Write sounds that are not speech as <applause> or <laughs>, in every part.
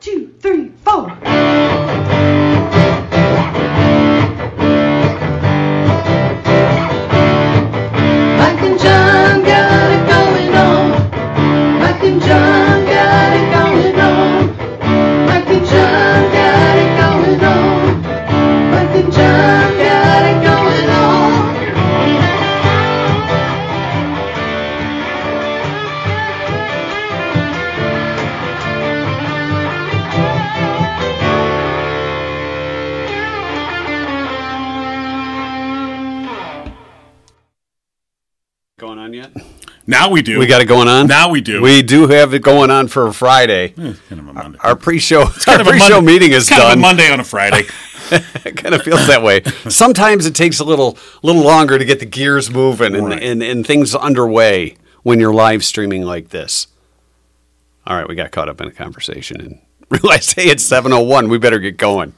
two, three, four. Mike and John got it going on. Mike and John got it going on. Mike and John got it going on. Mike and John got it going on. Going on yet? Now we do. We got it going on. Now we do. Hmm, We do have it going on for a Friday. It's kind of a Monday. Our pre-show, Kind our of a pre-show Monday- meeting is kind of a done. Monday on <laughs> a Friday. it kind of feels that <laughs> way. Sometimes it takes a little little longer to get the gears moving and, Right. and, and things underway when you're live streaming like this. All right, we got caught up in a conversation and <laughs> realized, hey, it's 7.01. We better get going.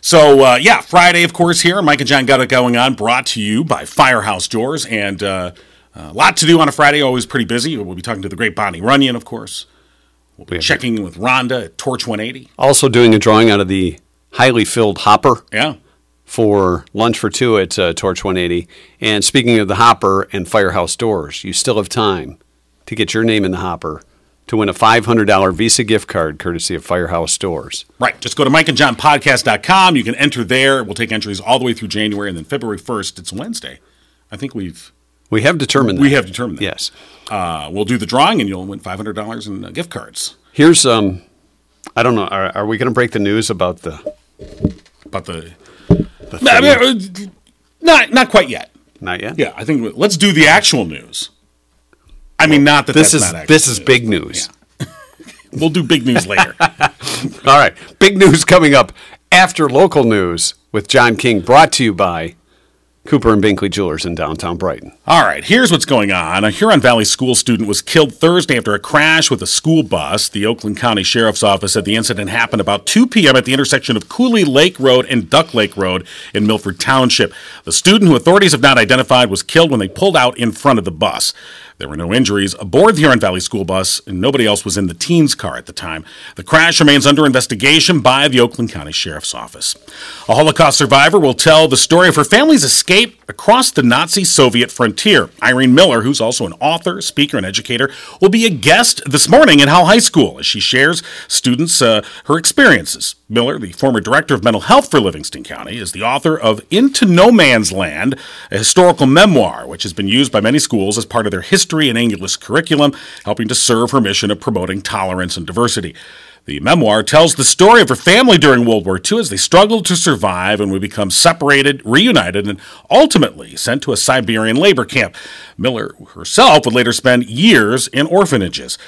So uh, yeah, Friday, of course. Here, Mike and John got it going on. Brought to you by Firehouse Doors, and uh, a lot to do on a Friday. Always pretty busy. We'll be talking to the great Bonnie Runyon, of course. We'll be have- checking in with Rhonda at Torch 180. Also doing a drawing out of the highly filled hopper Yeah, for lunch for two at uh, Torch 180. And speaking of the hopper and firehouse doors, you still have time to get your name in the hopper to win a $500 Visa gift card courtesy of Firehouse Doors. right. Just go to mikeandjohnpodcast.com. You can enter there. We'll take entries all the way through January, and then February 1st. It's Wednesday. I think we've We have determined that. we have determined that. Yes. Uh, we'll do the drawing, and you'll win five hundred dollars in uh, gift cards. Here's um I don't know, are, are we going to break the news about the, But the, the I thing? mean, uh, not not quite yet. Not yet. Yeah, I think we- let's do the actual news. I mean, not that This that's is not actual this is big news. We'll do big news <laughs> later. All right. Big news coming up after local news with John King brought to you by Cooper and Binkley Jewelers in downtown Brighton. All right, here's what's going on. A Huron Valley school student was killed Thursday after a crash with a school bus. The Oakland County Sheriff's Office said the incident happened about 2 p.m. at the intersection of Cooley Lake Road and Duck Lake Road in Milford Township. The student, who authorities have not identified, was killed when they pulled out in front of the bus. There were no injuries aboard the Huron Valley school bus, and nobody else was in the teen's car at the time. The crash remains under investigation by the Oakland County Sheriff's Office. A Holocaust survivor will tell the story of her family's escape across the Nazi Soviet frontier. Irene Miller, who's also an author, speaker, and educator, will be a guest this morning at Howe High School as she shares students uh, her experiences. Miller, the former director of mental health for Livingston County, is the author of Into No Man's Land, a historical memoir which has been used by many schools as part of their history and English curriculum, helping to serve her mission of promoting tolerance and diversity. The memoir tells the story of her family during World War II as they struggled to survive and would become separated, reunited, and ultimately sent to a Siberian labor camp. Miller herself would later spend years in orphanages.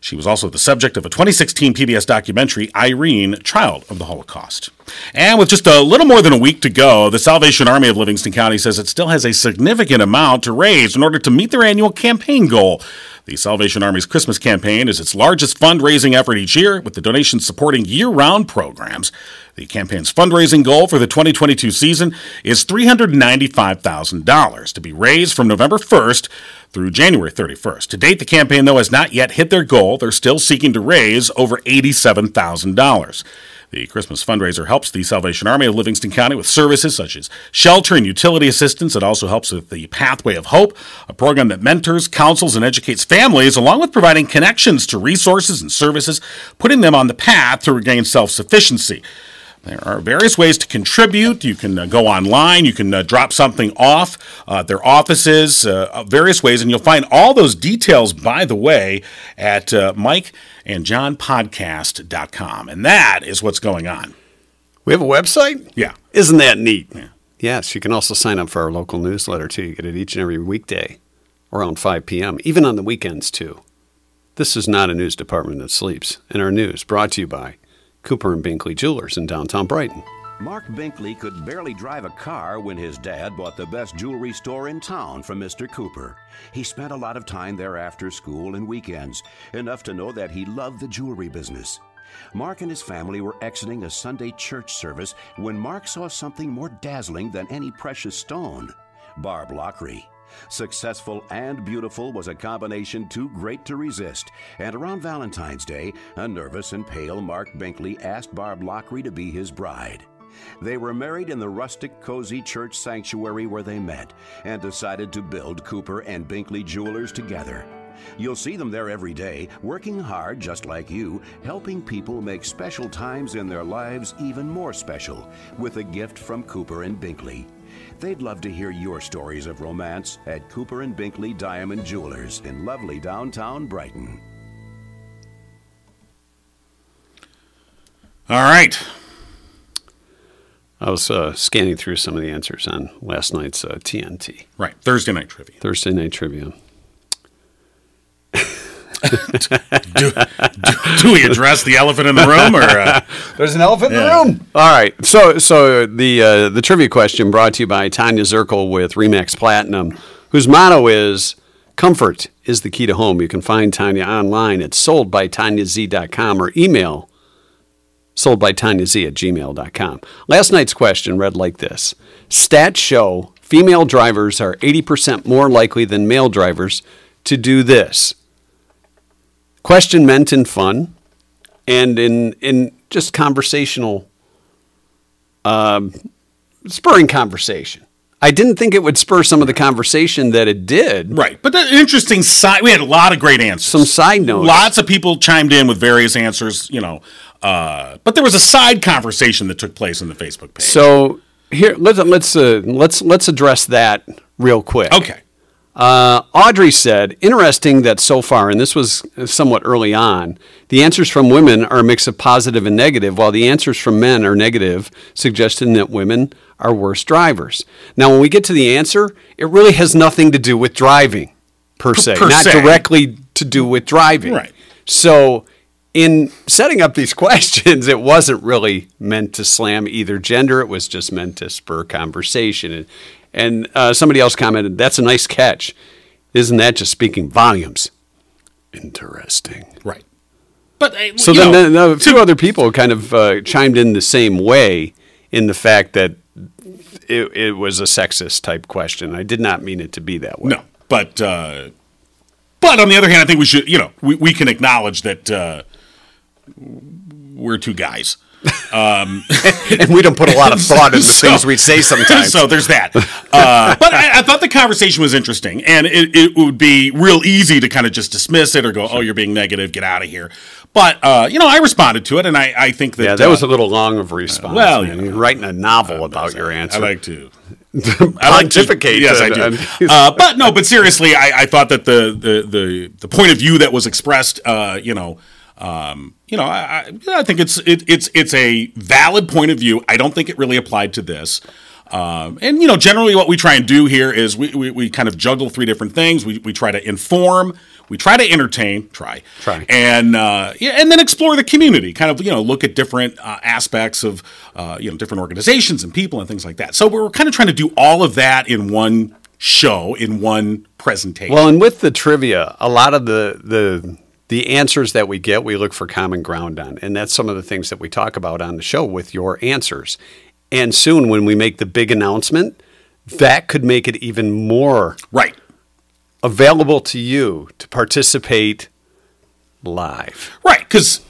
She was also the subject of a 2016 PBS documentary, Irene, Child of the Holocaust. And with just a little more than a week to go, the Salvation Army of Livingston County says it still has a significant amount to raise in order to meet their annual campaign goal. The Salvation Army's Christmas campaign is its largest fundraising effort each year, with the donations supporting year round programs. The campaign's fundraising goal for the 2022 season is $395,000 to be raised from November 1st through January 31st. To date, the campaign, though, has not yet hit their goal. They're still seeking to raise over $87,000. The Christmas fundraiser helps the Salvation Army of Livingston County with services such as shelter and utility assistance. It also helps with the Pathway of Hope, a program that mentors, counsels, and educates families, along with providing connections to resources and services, putting them on the path to regain self sufficiency. There are various ways to contribute. You can uh, go online. You can uh, drop something off uh, at their offices, uh, uh, various ways. And you'll find all those details, by the way, at uh, mikeandjohnpodcast.com. And that is what's going on. We have a website? Yeah. Isn't that neat? Yes, you can also sign up for our local newsletter too. You get it each and every weekday around 5 p.m., even on the weekends too. This is not a news department that sleeps, and our news brought to you by Cooper and Binkley Jewelers in downtown Brighton. Mark Binkley could barely drive a car when his dad bought the best jewelry store in town from Mr. Cooper. He spent a lot of time there after school and weekends, enough to know that he loved the jewelry business. Mark and his family were exiting a Sunday church service when Mark saw something more dazzling than any precious stone Barb Lockery. Successful and beautiful was a combination too great to resist, and around Valentine's Day, a nervous and pale Mark Binkley asked Barb Lockery to be his bride. They were married in the rustic, cozy church sanctuary where they met and decided to build Cooper and Binkley Jewelers together. You'll see them there every day, working hard just like you, helping people make special times in their lives even more special with a gift from Cooper and Binkley. They'd love to hear your stories of romance at Cooper and Binkley Diamond Jewelers in lovely downtown Brighton. All right. I was uh, scanning through some of the answers on last night's uh, TNT, Right. Thursday night trivia. Thursday Night Trivia. Do, do, do we address the elephant in the room or uh, There's an elephant in the Yeah. room. All right. So, so the uh, the trivia question brought to you by Tanya Zirkle with Remax Platinum, whose motto is "Comfort is the key to home." You can find Tanya online at soldbytanyaz.com or email soldbytanyaz at gmail.com. Last night's question read like this: Stats show female drivers are 80% more likely than male drivers to do this. Question meant in fun and in in just conversational um, spurring conversation. I didn't think it would spur some of the conversation that it did. right? But an interesting side. We had a lot of great answers. Some side notes. Lots of people chimed in with various answers. You know, uh, but there was a side conversation that took place in the Facebook page. So here let's let's uh, let's let's address that real quick. okay. Uh, Audrey said, interesting that so far, and this was somewhat early on, the answers from women are a mix of positive and negative, while the answers from men are negative, suggesting that women are worse drivers. Now, when we get to the answer, it really has nothing to do with driving, per se, per not se. directly to do with driving. Right. So, in setting up these <laughs> questions, it wasn't really meant to slam either gender. It was just meant to spur conversation. And, and uh, somebody else commented, "That's a nice catch, isn't that just speaking volumes?" Interesting. Right. But uh, So you then, know, then a few other people kind of uh, chimed in the same way in the fact that it, it was a sexist type question. I did not mean it to be that way. No, but uh, but on the other hand, I think we should you know we, we can acknowledge that uh, we're two guys. and we don't put a lot of thought into the <laughs> So- things we say <laughs> sometimes. so there's that. Uh, but I, I thought the conversation was interesting, and it, it would be real easy to kind of just dismiss it or go, "Oh, you're being negative. Get out of here." But uh, you know, I responded to it, and I, I think that yeah, that was uh, a little long of a response. well, man. you know, You're writing a novel about your answer. I <laughs> like to I pontificate. Yes, I and- do. and- Uh, but no, but seriously, I, I thought that the, the the the point of view that was expressed, uh, you know, um, you know, I, I, I think it's it, it's it's a valid point of view. I don't think it really applied to this. Um, and you know, generally, what we try and do here is we, we, we kind of juggle three different things. We, we try to inform, we try to entertain, try, Try. and uh, yeah, and then explore the community. Kind of you know look at different uh, aspects of uh, you know different organizations and people and things like that. So we're kind of trying to do all of that in one show, in one presentation. well, and with the trivia, a lot of the the the answers that we get, we look for common ground on, and that's some of the things that we talk about on the show with your answers. And soon, when we make the big announcement, that could make it even more right. available to you to participate live. Right, because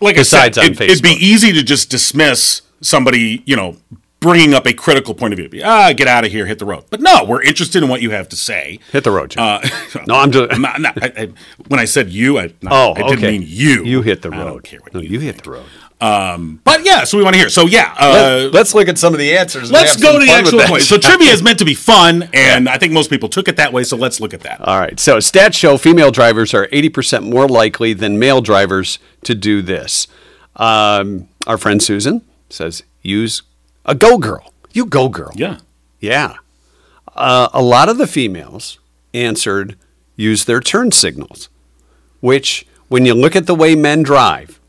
like Besides I on said, it, it'd be Facebook. easy to just dismiss somebody, you know, bringing up a critical point of view. Ah, get out of here, hit the road. But no, we're interested in what you have to say. Hit the road, Jim. Uh, <laughs> No, I'm just- not, not- I, I, when I said you, I, no, oh, I didn't okay. mean you. You hit the road. I don't care what no, you. you hit the road. But yeah, so we want to hear. So yeah, uh, <laughs> Let's look at some of the answers. and let's have go some to the fun with actual that. point. So trivia is meant to <laughs> be fun, and I think most people took it that way. So let's look at that. All right. So stats show female drivers are 80% more likely than male drivers to do this. Um, our friend Susan says, use a go girl. You go girl. yeah, Yeah. Uh, a lot of the females answered use their turn signals, which, when you look at the way men drive,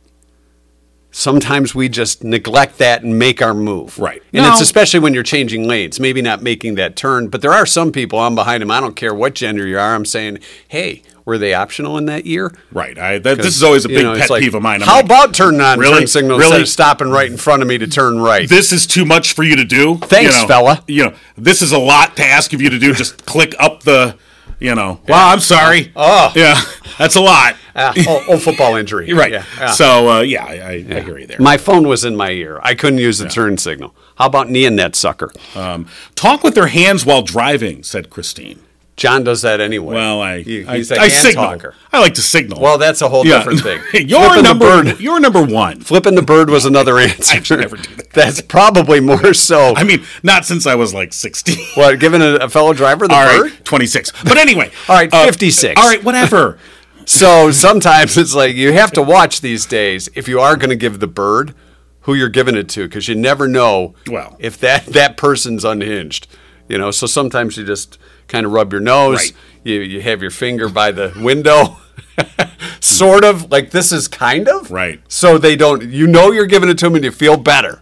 sometimes we just neglect that and make our move. Right. And it's No. especially when you're changing lanes, maybe not making that turn, but there are some people, I'm behind them, I don't care what gender you are, I'm saying, hey, Were they optional in that year? Right. I, that, 'Cause, this is always a you big know, it's pet like, peeve of mine. I'm how like, about turning on Really? turn signal instead Really? of stopping right in front of me to turn right? this is too much for you to do? Thanks, you know, fella. You know, this is a lot to ask of you to <laughs> do. Just click up the, you know. Wow, I'm sorry. Oh, yeah, that's a lot. Ah, oh, oh, football injury. You're <laughs> right. Yeah, yeah. So uh, yeah, I, I, I hear you there. My phone was in my ear. I couldn't use the turn signal. How about kneeing that sucker? Um, talk with their hands while driving," said Christine. John does that anyway. Well, I He- I, he's a I hand signal. talker. I like to signal. Well, that's a whole Yeah. different thing. <laughs> you're Flipping the number bird- you're number one. Flipping the bird was another answer. <laughs> I should never do that. That's probably more so. I mean, not since I was like 16. what, giving a, a fellow driver the All bird? right, 26. But anyway. <laughs> uh, All right, 56. All right, whatever. So sometimes it's like you have to watch these days if you are going to give the bird who you're giving it to because you never know Well. if that, that person's unhinged. You know, so sometimes you just kind of rub your nose. Right. You, you have your finger by the window, <laughs> sort of like this is kind of. Right. So they don't, you know, you're giving it to them and you feel better,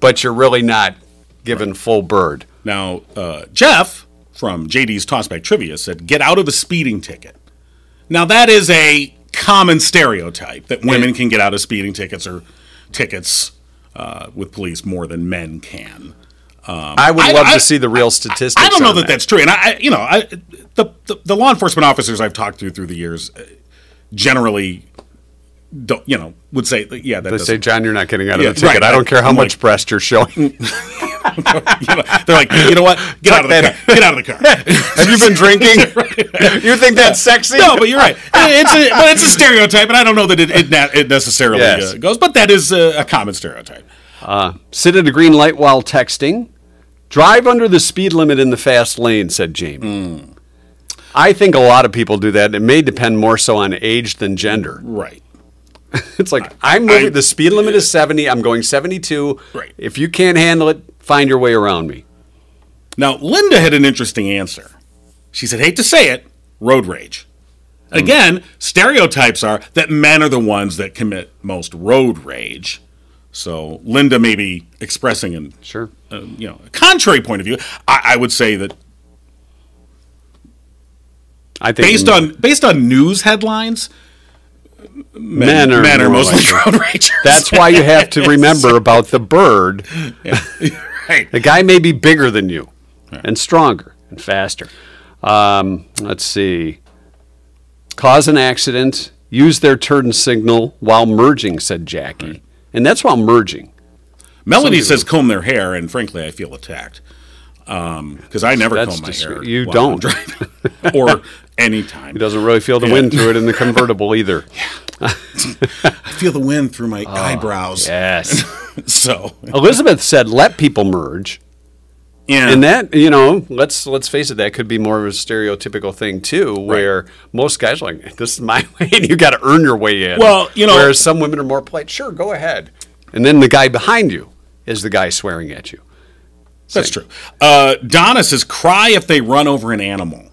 but you're really not giving full bird. Now, uh, Jeff from JD's Tossback Trivia said, get out of a speeding ticket. Now, that is a common stereotype that women can get out of speeding tickets or tickets uh, with police more than men can. I would Um, I- love I- to see the real statistics. I don't know on that, that's true. And I, I- you know, I, the, the the law enforcement officers I've talked to through the years uh, generally don't, you know, would say, yeah, that They say, doesn't- John, you're not getting out of Yeah, the ticket. right. Mm, I don't care how I'm much like- breast you're showing. you know, they're like, you know what, get out of the that car, get out of the car. <laughs> Have you been drinking? <laughs> you think that's sexy? No, but <laughs> you're right. It's a but it's a stereotype, and I don't know that it it, na- it necessarily Yes. uh, goes, but that is a, a common stereotype. Uh, Sit at a green light while texting. Drive under the speed limit in the fast lane, said Jamie. Hmm. I think a lot of people do that. It may depend more so on age than gender. <laughs> Right. It's like I'm moving. I- the speed limit is 70. I'm going 72. Right. If you can't handle it, find your way around me. Now, Linda had an interesting answer. She said, hate to say it, road rage. Hmm. Again, stereotypes are that men are the ones that commit most road rage. So Linda may be expressing an, Sure. uh, you know, a contrary point of view. I, I would say that I think based on based on news headlines, men, are, men are more mostly likely. <laughs> road <laughs> ragers. That's why you have <laughs> to remember about the bird. right. The guy may be bigger than you and stronger and faster. Um, let's see. Cause an accident, use their turn signal while merging, said Jackie. And that's while merging. Melody says comb their hair, and frankly, I feel attacked because I never That's comb my dis- hair. you while I'm don't. driving. <laughs> <laughs> or anytime. He doesn't really feel the wind through it <laughs> in the convertible either. I feel the wind through Oh, my eyebrows. Yes. <laughs> So Elizabeth said, let people merge. yeah, And that, you know, let's let's face it, that could be more of a stereotypical thing too, where most guys are like, "This is my <laughs> way," and you got to earn your way in. Well, you know- whereas some women are more polite. Sure, go ahead. And then the guy behind you is the guy swearing at you. that's true. Uh, Donna says cry if they run over an animal.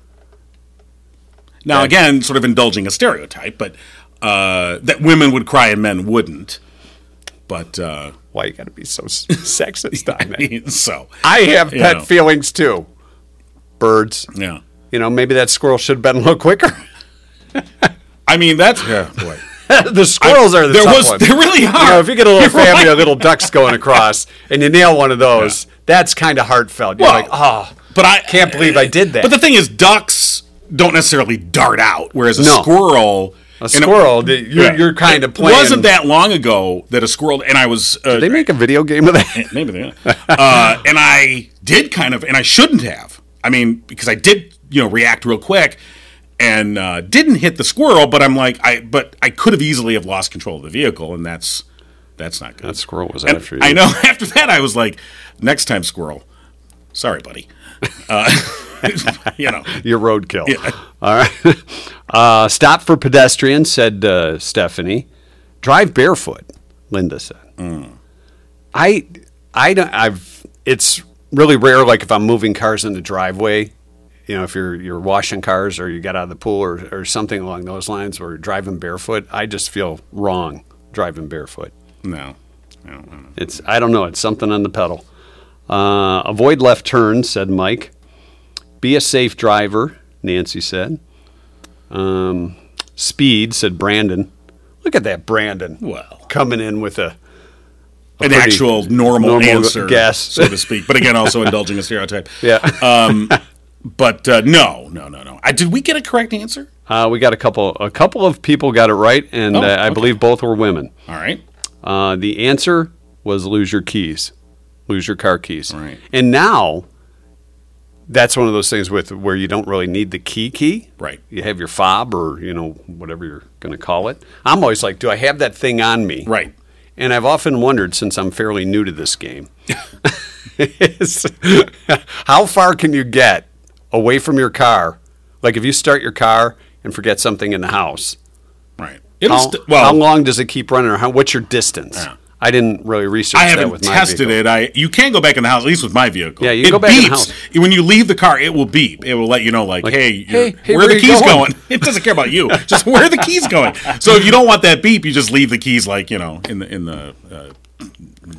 Now again, sort of indulging a stereotype, but uh, that women would cry and men wouldn't. But uh, <laughs> Why you got to be so s- sexist, Diamond? so I have You pet know. feelings too. Birds, yeah, you know, maybe that squirrel should have been a little quicker. <laughs> I mean that's yeah, boy. the squirrels are the there tough was one. there really are. You know, if you get a little <laughs> You're family right. of little ducks going across and you nail one of those, that's kind of heartfelt. You're Well, like, oh, But I can't believe I did that. But the thing is, ducks don't necessarily dart out, whereas a No. squirrel. a squirrel, the- you're, you're kind of playing. It wasn't that long ago that a squirrel and I was uh, They make a video game of that. <laughs> maybe they uh, and I did kind of and I shouldn't have. I mean, because I did you know react real quick and uh, didn't hit the squirrel, but I'm like I but I could have easily have lost control of the vehicle, and that's that's not good. That squirrel was And after you. I know. <laughs> After that, I was like, next time, squirrel. Sorry, buddy. Uh, <laughs> you know, Your roadkill. All right. Uh, stop for pedestrians, said uh, Stephanie. Drive barefoot, Linda said. I, I don't, I've, it's really rare, like if I'm moving cars in the driveway, you know, if you're, you're washing cars or you got out of the pool or, or something along those lines or driving barefoot, I just feel wrong driving barefoot. no. I don't know. It's I don't know. It's something on the pedal. Uh, avoid left turns, said Mike. Be a safe driver, Nancy said. Um, speed, said Brandon. Look at that, Brandon. Well. Coming in with a. a an pretty actual normal, normal answer, guess. so to speak. But again, also indulging a stereotype. <laughs> Yeah. Um, but uh, no, no, no, no. I, did we get a correct answer? Uh, we got a couple. A couple of people got it right, and Oh, uh, I okay. believe both were women. All right. Uh, the answer was lose your keys, lose your car keys. Right. And now, that's one of those things with where you don't really need the key key. Right. You have your fob or you know whatever you're going to call it. I'm always like, do I have that thing on me? Right. And I've often wondered since I'm fairly new to this game, <laughs> is how far can you get away from your car? Like if you start your car and forget something in the house, Right. It'll how, st- well, how long does it keep running? Or how, what's your distance? Yeah. I didn't really research I that haven't with my tested vehicle. it. I you can go back in the house, at least with my vehicle. Yeah, you can It go back in the beeps. house. When you leave the car, it will beep. It will let you know, like, hey, you're- hey, hey, where where are the you keys going? going? <laughs> It doesn't care about <laughs> you. Just where are the keys going? So if you don't want that beep, you just leave the keys, like you know, in the in the uh,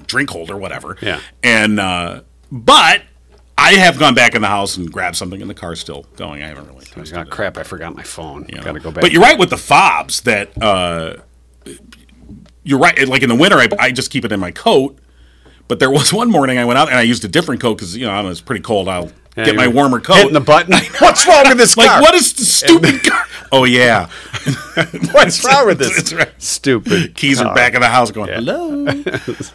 drink holder, whatever. Yeah. And uh, but I have gone back in the house and grabbed something, and the car's still going. I haven't really tested Oh, it. crap, I forgot my phone. you know. Gotta go back. But you're right with the fobs that uh, you're right. Like in the winter, I, I just keep it in my coat. But there was <laughs> one morning I went out and I used a different coat because you know I don't know, it's pretty cold. I'll Yeah, get my you're warmer coat. Hitting the <laughs> button. what's wrong with this like car? what is the stupid <laughs> car? Oh <laughs> yeah, what's <laughs> wrong with this? <laughs> That's right. Stupid. keys car. are back in the house going <laughs> hello.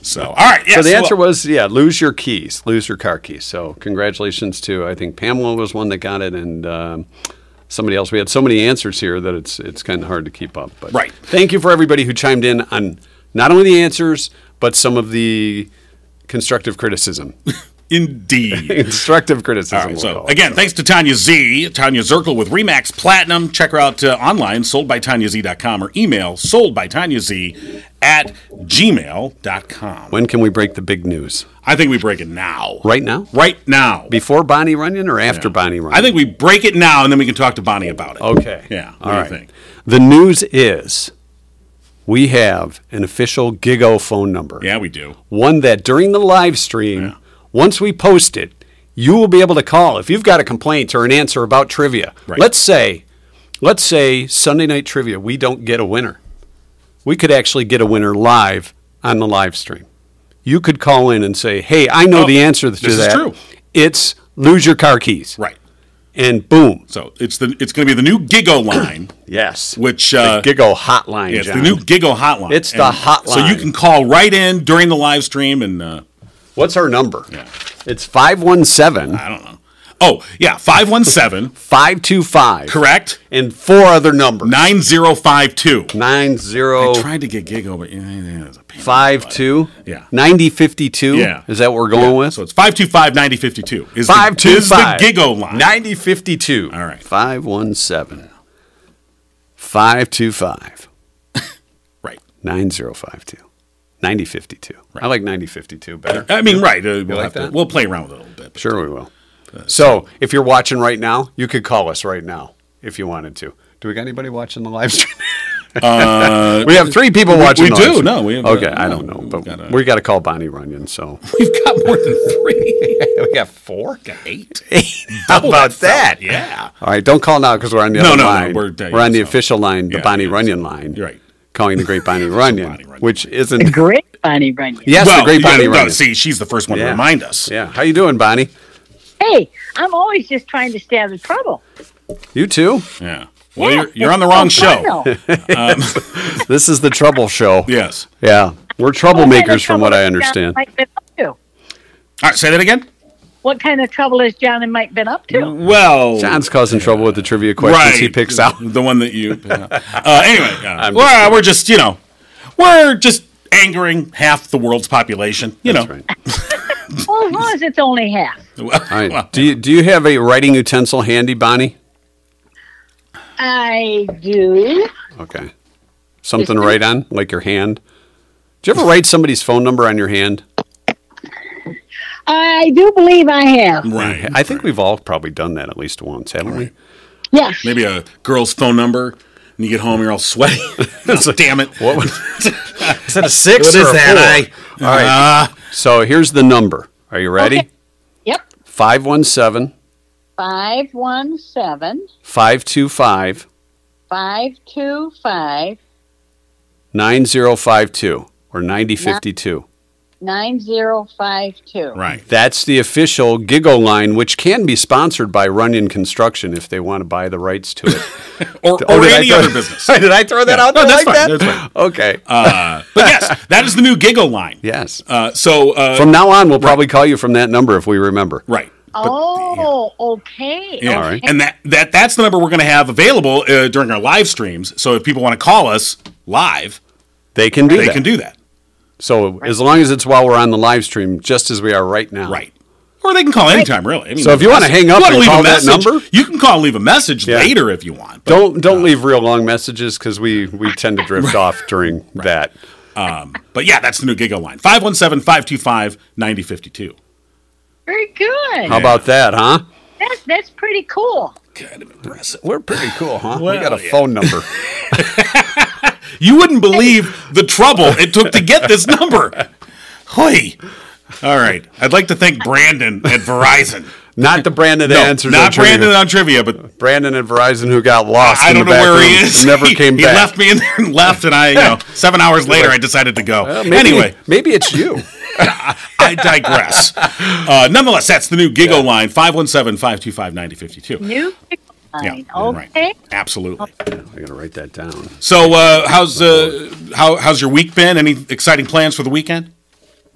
so all right, yeah, So the answer was yeah, lose your keys, lose your car keys. So congratulations to I think Pamela was one that got it, and um, somebody else. We had so many answers here that it's it's kind of hard to keep up. But Right. Thank you for everybody who chimed in on not only the answers but some of the constructive criticism, <laughs> indeed. constructive criticism. All right, we'll so call it. again, thanks to Tanya Z, Tanya Zirkel with Remax Platinum. Check her out uh, online, soldbytanyaz.com, or email soldbytanyaz at gmail.com. when can we break the big news? I think we break it now. Right now? Right now. Before Bonnie Runyon or after Bonnie Runyon? I think we break it now, and then we can talk to Bonnie about it. Okay. Yeah, what All do you right. think? The news is we have an official Gigo phone number. Yeah, we do. One that during the live stream, once we post it, you will be able to call if you've got a complaint or an answer about trivia. Right. Let's say, let's say Sunday night trivia, we don't get a winner. We could actually get a winner live on the live stream. You could call in and say, "Hey, I know Oh, the answer to this is that. true. It's lose your car keys." Right. And boom. So it's the it's going to be the new Gigo line, Yes. which uh, Gigo hotline. yeah, it's the John. new Gigo hotline. It's the So you hotline. can call right in during the live stream and. Uh, What's our number? Yeah. Uh, It's 517 I don't know. Oh, yeah, 517, 525. correct? And four other numbers. 9052. I 9052. tried to get Gigo, but yeah, yeah, it was a pain. Yeah. 9052. Yeah. Is that what we're going with? So it's 525 9052. Is the, is the 525. Gigo line. 9052. All right. 517. 525. Right. 9052. 9052. I like 9052 better. I mean, right. Uh, we'll, like have to, that? we'll play around with it a little bit. Sure, we will. So, if you're watching right now, you could call us right now if you wanted to. Do we got anybody watching the live stream? <laughs> we have three people watching. Uh, we the do. live stream. No, we have, uh, okay, I no, don't know, we've but got a- we got to call Bonnie Runyon. <laughs> So <laughs> We've got more than <laughs> three. we got four. Got eight. How about fella. that? Yeah. All right, don't call now because we're on the No, other no, no, line. we're- yeah, on the so- official line, the yeah, Bonnie yeah, so- Runyon line. You're right. Calling the <laughs> great Bonnie Runyon, Bonnie Runyon. which <laughs> The isn't. great Bonnie Runyon. Yes, the great yeah, Bonnie no, Runyon. see, she's the first one Yeah. to remind us. Yeah, how you doing, Bonnie? Hey, I'm always just trying to stay out of trouble. You too. <laughs> Yeah. Well, Yeah, Oh, you're, you're it's on the wrong so <laughs> show. fun, though. This is the Trouble Show. Yes. Yeah, we're What kind troublemakers, of from what trouble I has understand. John and Mike been up to? All right, say that again. What kind of trouble has John and Mike been up Mm. to? Well, John's causing trouble with the trivia questions he picks out. The one that <laughs> you. <laughs> uh, anyway, uh, I'm well, we're just you know, we're just angering half the world's population. You That's know, right. Well, as long as it's only half. All right. <laughs> do you do you have a writing utensil handy, Bonnie? I do. Okay. Something to write on, like your hand. Do you ever write somebody's phone number on your hand? I do believe I have. right? I think we've all probably done that at least once, haven't we? Yes. Maybe a girl's phone number, and you get home, you're <laughs> all sweaty. <laughs> Oh, damn it! What <laughs> was, is that a six What or is a that, four? all right. Uh, So here's the number. Are you ready? Okay. Yep. Five one seven Five one seven five two five 525 9052 or 9052. 9052. Right. That's the official Giggle line, which can be sponsored by Runyon Construction if they want to buy the rights to it. Or, Oh, <laughs> or did I any throw- other business. <laughs> did I throw that Yeah. out there No, that's like fine. that? That's fine. <laughs> Okay. <laughs> Uh, but yes, that is the new giggle line. yes. Uh, so, uh, from now on, we'll probably call you from that number if we remember. right. Oh, okay. Yeah. All right. And that, that that's the number we're going to have available uh, during our live streams. So if people want to call us live, They can do they that. can do that. so as long as it's while we're on the live stream, just as we are right now. Right. Or they can call anytime, really. I mean, So if you wanna hang up you wanna and leave call a that message, number? you can call and leave a message Yeah. later if you want. But Don't don't leave real long messages because we we tend to <laughs> drift off during that. Um, but yeah, that's the new giggle line. 517-525-9052. Very good. How about that, huh? That's, that's pretty cool. Kind of impressive. We're pretty cool, huh? we Well, got a yeah. phone number. You wouldn't believe the trouble it took to get this number. <laughs> Hoy. All right. I'd like to thank Brandon at Verizon. Not <laughs> the Brandon that answers. our not trivia. Brandon on trivia, but Brandon at Verizon who got lost. I in don't the know back where he room, is. Never <laughs> He- came he back. left me in there and left, and I, <laughs> you know, seven hours later, I decided to go. Well, maybe- anyway, maybe it's you. <laughs> I digress. Uh, nonetheless, that's the new Gigo line 517 525 9052. New Yeah, line. right. okay. Absolutely. I gotta write that down. So, uh, how's uh, how, how's your week been? Any exciting plans for the weekend?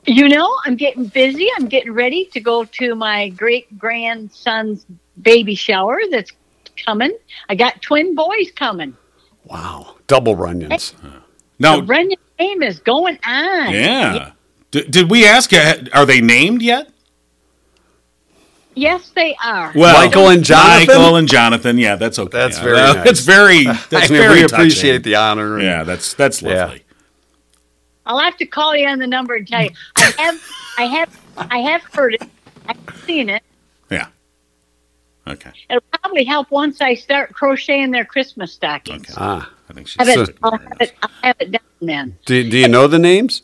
You know, I'm getting busy. I'm getting ready to go to my great grandson's baby shower that's coming. I got twin boys coming. Wow, double Runyons. The No. Runyon game is going on. Oh. Yeah. D- did we ask? you, Are they named yet? Yes, they are. Michael and Jonathan? Michael and Jonathan. Yeah, that's okay. That's Yeah, very that- nice. That's very. <laughs> That's I mean, very. we touching. appreciate the honor. Yeah, that's that's Yeah. lovely. I'll have to call you on the number and tell you. I have, I have, I have heard it. I've seen it. Yeah. Okay. It'll probably help once I start crocheting their Christmas stockings. Okay. Ah, I think she's. Have So- it, I'll, have it, I'll have it done then. do, do you know the names?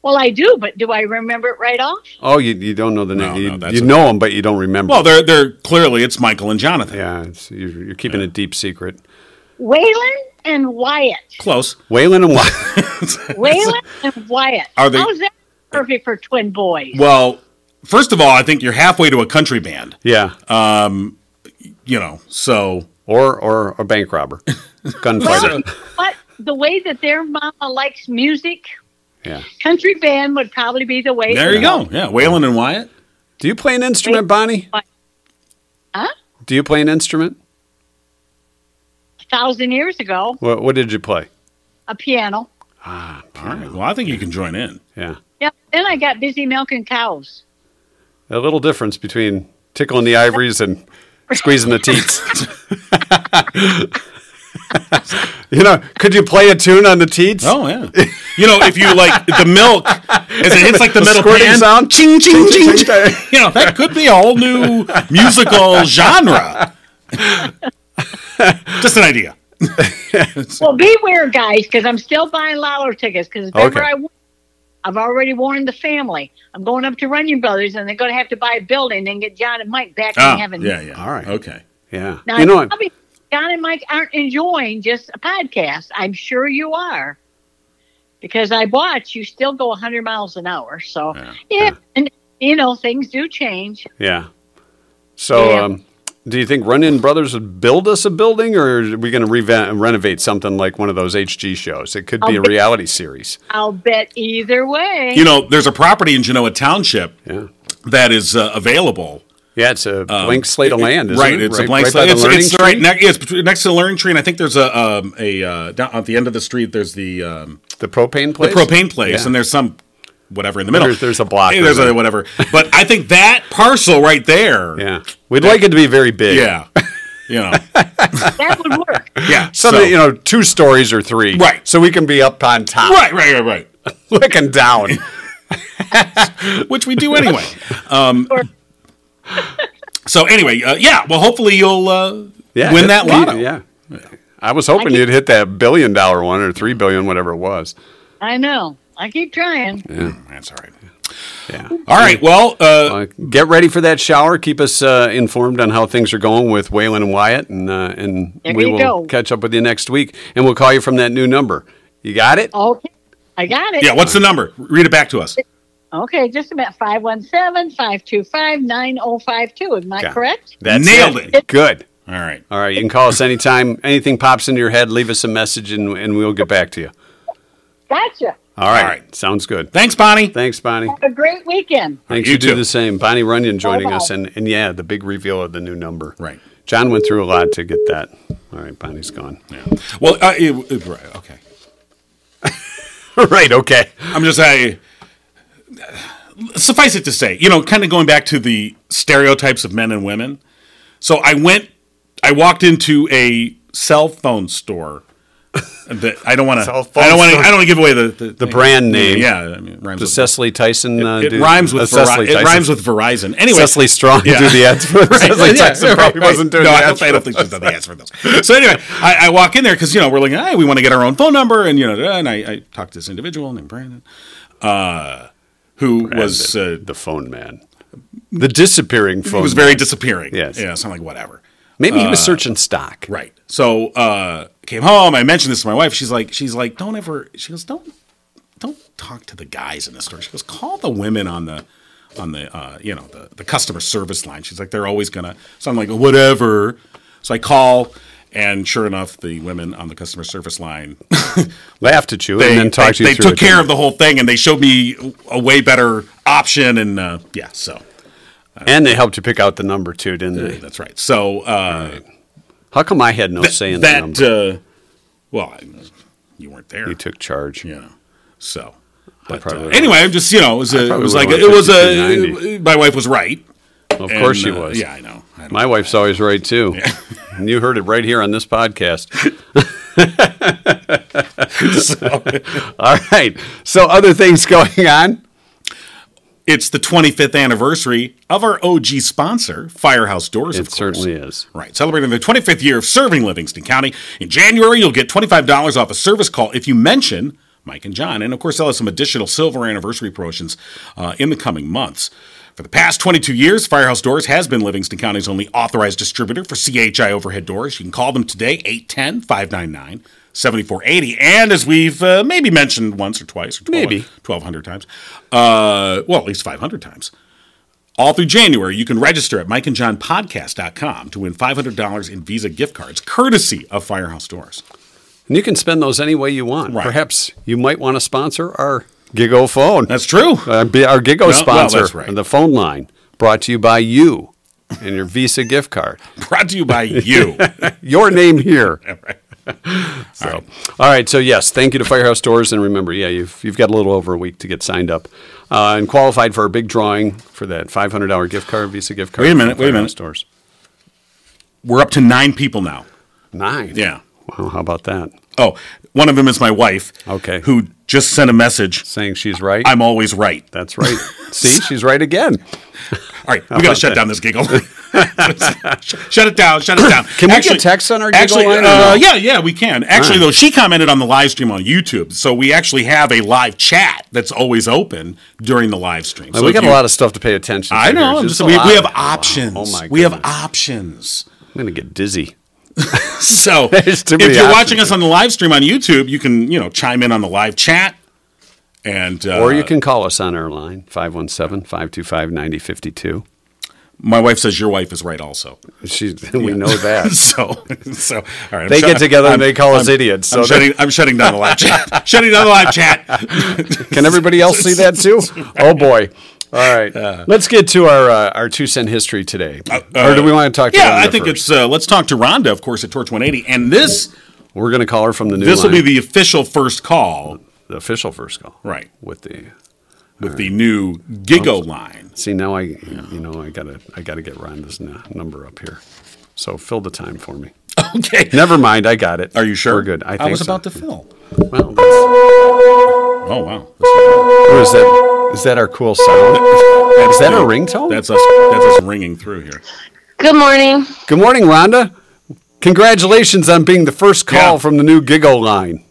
Well, I do, but do I remember it right off? Oh, you, you don't know the No, name. no, you that's you okay. know them, but you don't remember. well, they're they're clearly it's Michael and Jonathan. yeah, it's, you're, you're keeping a deep secret. Waylon and Wyatt. Close. Waylon and Wyatt. Waylon and Wyatt. Are they- How's that perfect for twin boys? Well, first of all, I think you're halfway to a country band. <laughs> yeah, Uh, You know, so or or a bank <laughs> robber, gunfighter. But the way that their mama likes music, yeah. country band would probably be the way. there you go. Yeah, Waylon and Wyatt. Do you play an instrument, Bonnie? Huh? Do you play an instrument? A thousand years ago, What, what did you play? a piano. All right. Well, I think you can join in. Yeah, Yep. Then I got busy milking cows. a little difference between tickling the ivories and squeezing the teats. <laughs> you know, could you play a tune on the teats? <laughs> Oh yeah. You know, if you like the milk, as it hits like the, The metal squirting pan, sound? ching ching ching. ching. Okay. You know, that could be a whole new musical genre. <laughs> Just an idea. Well, beware, guys, because I'm still buying lotto tickets. Because remember, Okay. I won- I've already warned the family. I'm going up to Runyon Brothers, and they're going to have to buy a building and get John and Mike back Ah, in heaven. yeah, yeah. All right. Okay. <laughs> Yeah. Now, you know what? probably John and Mike aren't enjoying just a podcast. I'm sure you are. Because I watch, you still go 100 miles an hour. So, yeah. And, you know, things do change. Yeah. So, Yeah. Um, do you think Run In Brothers would build us a building, or are we going to revan renovate something like one of those HG shows? It could be a I'll be- reality series. I'll bet either way. You know, there's a property in Genoa Township Yeah. that is uh, available. Yeah, it's a blank slate of land, isn't Um, right, it? It's a blank right by slate. the It's, learning it's tree? right next. It's between- next to the learning tree, and I think there's a um, a uh, down at the end of the street. There's the um, The propane the place. propane place, Yeah. and there's some whatever in the middle. There's- there's a block Hey, or there's a something. whatever. But I think that parcel right there. Yeah. We'd like it to be very big. Yeah. <laughs> You know. that would work. <laughs> Yeah. Something, so- you know, two stories or three. Right. So we can be up on top, Right. Right. Right. Right. <laughs> looking down. <laughs> which we do anyway. Um, so anyway, uh, yeah. Well, hopefully you'll uh, Yeah. win that we- lotto. Yeah. I was hoping I keep- you'd hit that billion dollar one or three billion, whatever it was. I know. I keep trying. Mm, That's all right. Yeah. All right. Well, uh, Uh, get ready for that shower. Keep us uh, informed on how things are going with Waylon and Wyatt, and uh, and There we you will go. catch up with you next week. And we'll call you from that new number. You got it? Okay, I got it. yeah. What's the number? Read it back to us. Okay, just about 517 525 9052. Am I Got it. correct? Nailed it. Good. All right. All right. You can call us anytime. Anything pops into your head, leave us a message, and and we'll get back to you. Gotcha. All right. All right. Sounds good. Thanks, Bonnie. Thanks, Bonnie. Have a great weekend. Thanks. You You, do too. the same. Bonnie Runyon joining us, Bye-bye. and and yeah, the big reveal of the new number. Right. John went through a lot to get that. All right, Bonnie's gone. Well, uh, it- it- right, okay. <laughs> right. Okay. I'm just I suffice it to say, you know, kind of going back to the stereotypes of men and women. So I went, I walked into a cell phone store. That I don't want to. Cell phone I don't want to. store. I don't want to give away the the, The brand name. Yeah, I mean, it rhymes The with, Cecily Tyson. uh, it dude- rhymes uh, with Cecily Veri- it Tyson. rhymes with Verizon. Anyway, Cecily Strong Yeah. do the ads <laughs> for Cecily Yeah, Tyson <laughs> right, probably right. wasn't doing no, the I ads don't, I for don't think she's done the ads for those. <laughs> So anyway, I, I walk in there because you know we're like, hey, we want to get our own phone number, and you know, and I, I talked to this individual named Brandon, uh, who was And uh, the, the phone man. The disappearing phone. he was uh, very disappearing. Yes. yeah, so I'm like, whatever. Maybe he was searching stock. Right. So uh, came home. I mentioned this to my wife. She's like, she's like, don't ever. She goes, don't, don't talk to the guys in the store. She goes, call the women on the, on the, uh, you know, the the customer service line. She's like, they're always gonna. So I'm like, whatever. So I call, and sure enough, the women on the customer service line <laughs> Laughed at you they, and then talked to they, you they through took it. care of the whole thing, and they showed me a way better option, and uh, yeah, so And they helped you pick out the number too, didn't they? that's right. So. Uh, How come I had no say in the that number? uh well I- you weren't there you took charge. yeah so But, but, uh, uh, anyway i'm just you know it was, a, it probably was like would've it went was a 52.90. my wife was right of course she uh, was. yeah i know I don't- My wife's always right too. and <laughs> you heard it right here on this podcast. <laughs> All right. So other things <laughs> going on. <laughs> it's the 25th anniversary of our og sponsor firehouse doors of It course certainly is. Right, celebrating their 25th year of serving Livingston County. In January, you'll get $25 off a service call if you mention Mike and John. And of course, they'll have some additional silver anniversary promotions uh, in the coming months. For the past 22 years, Firehouse Doors has been Livingston County's only authorized distributor for CHI overhead doors. You can call them today, 810 599 7480. And as we've uh, maybe mentioned once or twice, or 12, Maybe. 1,200 times, uh, well, at least 500 times. All through January, you can register at mikeandjohnpodcast.com to win $500 in Visa gift cards, courtesy of Firehouse Doors. And you can spend those any way you want. Right. Perhaps you might want to sponsor our Gigo phone. That's true. our, B- our Gigo well, sponsor, that's right. the phone line, brought to you by you and your Visa gift card. Brought to you by you. <laughs> Your name <laughs> here. so, All right, <laughs> so yes, thank you to Firehouse Doors, and remember, yeah, you've you've got a little over a week to get signed up uh, and qualified for a big drawing for that five hundred dollar gift card, Visa gift card. Wait a minute, from wait a minute. Firehouse Doors. We're up to nine people now. Nine. Yeah. Wow, how about that? Oh, one of them is my wife. Okay. Who just sent a message Saying she's right. I'm always right. That's <laughs> right. See, she's right again. All right, we got to shut down <laughs> this giggle. shut it down. Shut it down. Can we get texts on our giggle actually, line or Uh, no? yeah, yeah, we can. Actually, though, she commented on the live stream on YouTube, so we actually have a live chat that's always open during the live stream. So we if got a you- lot of stuff to pay attention. to I here. know. I'm Just just, a we, we lot. have Wow. options. Oh my we have goodness. options. I'm gonna get dizzy. <laughs> So There's if too you're many watching options. us on the live stream on YouTube, you can you know chime in on the live chat, and uh, Or you can call us on our line, 517 525 9052. My wife says your wife is right also. <laughs> <laughs> We know that. so so all right. I'm They shut- get together and they call us I'm- idiots, I'm, so they- shutting, I'm shutting down the live chat. <laughs> shutting down the live chat. Can everybody else see that <laughs> too? Oh, boy. All right. Let's get to our uh, our two cent history today. <laughs> or do we want to talk to Uh, yeah, Rhonda I think first? it's uh, let's talk to Rhonda, of course, at Torch 180, and this We're going to call her from the new this will be line, the official first call the official first call. Right. With the. with the new Gigo line. <laughs> See, now I, you know, I got to I gotta get Rhonda's n- number up here. So fill the time for me. Okay, Never mind. I got it. are you sure? We're good. I think was so. about to fill. Well, that's, Oh wow, what is that? Is that our cool sound? that's Is that a good. ringtone? That's us. That's us ringing through here. Good morning. Good morning, Rhonda. Congratulations on being the first call Yeah. from the new Giggle line.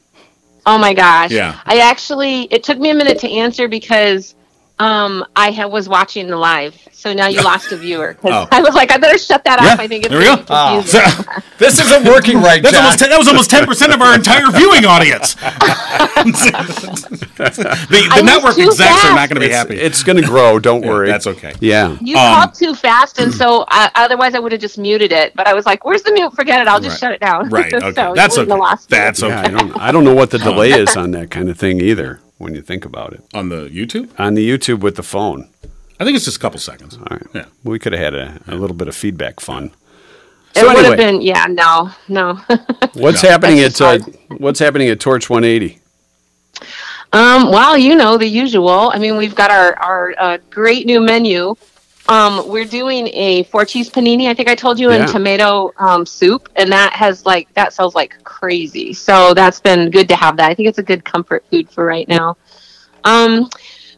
Oh my gosh. Yeah. I actually, it took me a minute to answer because Um, I ha- was watching the live, so now <laughs> you lost a viewer. 'Cause Oh. I was like, I better shut that Yeah, off. I think it's there we really go. Ah. <laughs> confusing. This isn't working right, That's John. almost ten, that was <laughs> almost ten percent of our entire viewing audience. <laughs> the I the was network too execs are fast. not going to be It's, happy. it's going to grow. Don't Yeah, worry. that's okay. Yeah. You Um, called too fast, <clears throat> and so I, otherwise I would have just muted it. But I was like, "Where's the mute? Forget it. I'll just Right. shut it down." <laughs> Right, So okay. you That's wouldn't okay. have lost me. That's Yeah, okay. I don't, I don't know <laughs> Oh. what the delay is on that kind of thing either when you think about it. On the YouTube, On the YouTube with the phone, I think it's just a couple seconds. all right. Yeah. We could have had a, a little bit of feedback fun. it So would have anyway. been. Yeah, no, no. What's happening That's at uh, What's happening at Torch 180? Um, well, you know the usual. I mean, we've got our our uh, great new menu. Um, we're doing a four cheese panini. I think I told you, Yeah. and tomato um, soup, and that has like that sells like crazy. So that's been good to have that. I think it's a good comfort food for right now. Um,